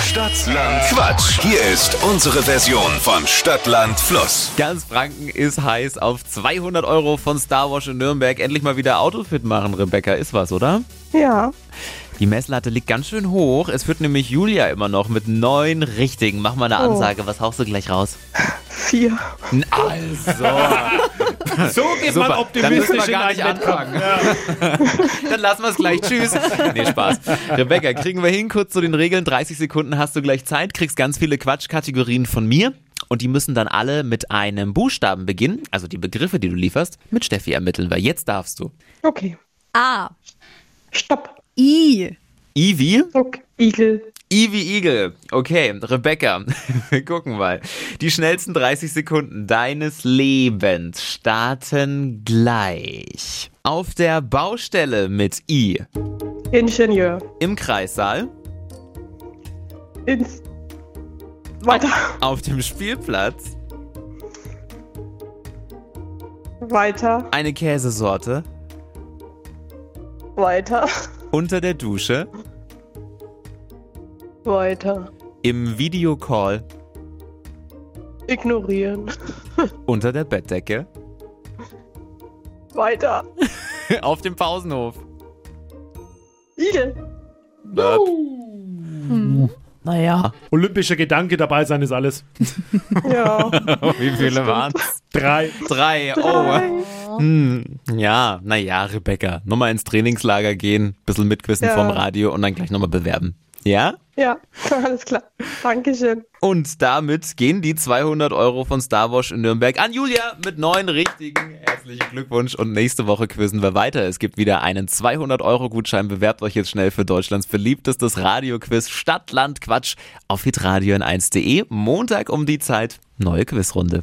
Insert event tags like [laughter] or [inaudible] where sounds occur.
Stadtland Quatsch. Hier ist unsere Version von Stadtland Fluss. Ganz Franken ist heiß auf 200 Euro von Star Wars in Nürnberg. Endlich mal wieder Autofit machen, Rebecca. Ist was, oder? Ja, Die Messlatte liegt ganz schön hoch. Es führt nämlich Julia immer noch mit neun richtigen. Mach mal eine Oh. Ansage. Was haust du gleich raus? vier. Also. So geht Super. man Dann optimistisch müssen wir in gar ein nicht Wettkampf. anfangen. [laughs] Dann lassen wir es gleich. Tschüss. Nee, Spaß. Rebecca, kriegen wir hin kurz zu den Regeln. 30 Sekunden hast du gleich Zeit, kriegst ganz viele Quatschkategorien von mir. Und die müssen dann alle mit einem Buchstaben beginnen. Also die Begriffe, die du lieferst, mit Steffi ermitteln, weil jetzt darfst du. Okay, A. stopp. I. Ivi? Okay. Igel. Ivi Igel. Okay, Rebecca, [laughs] wir gucken mal. Die schnellsten 30 Sekunden deines Lebens starten gleich. Auf der Baustelle mit I. Ingenieur. Im Kreissaal. Ins. Weiter. Auf dem Spielplatz Weiter. eine Käsesorte, Weiter. unter der Dusche, Weiter. im Videocall, Ignorieren. unter der Bettdecke, [laughs] Weiter. auf dem [laughs] Pausenhof. Igel. Naja. Olympischer Gedanke dabei sein ist alles. Ja. Oh, Wie viele waren's? Drei. Drei. Oh. Hm. [laughs] Ja, naja, Rebecca. Nochmal ins Trainingslager gehen, bisschen mitquissen Ja. vom Radio und dann gleich nochmal bewerben. Ja? ja, [laughs] alles klar. Dankeschön. Und damit gehen die 200 Euro von Star Wars in Nürnberg an Julia mit neun richtigen. Herzlichen Glückwunsch und nächste Woche quizzen wir weiter. Es gibt wieder einen 200 Euro Gutschein. Bewerbt euch jetzt schnell für Deutschlands beliebtestes Radioquiz Stadtland Quatsch auf hitradio in 1.de. Montag um die Zeit neue Quizrunde.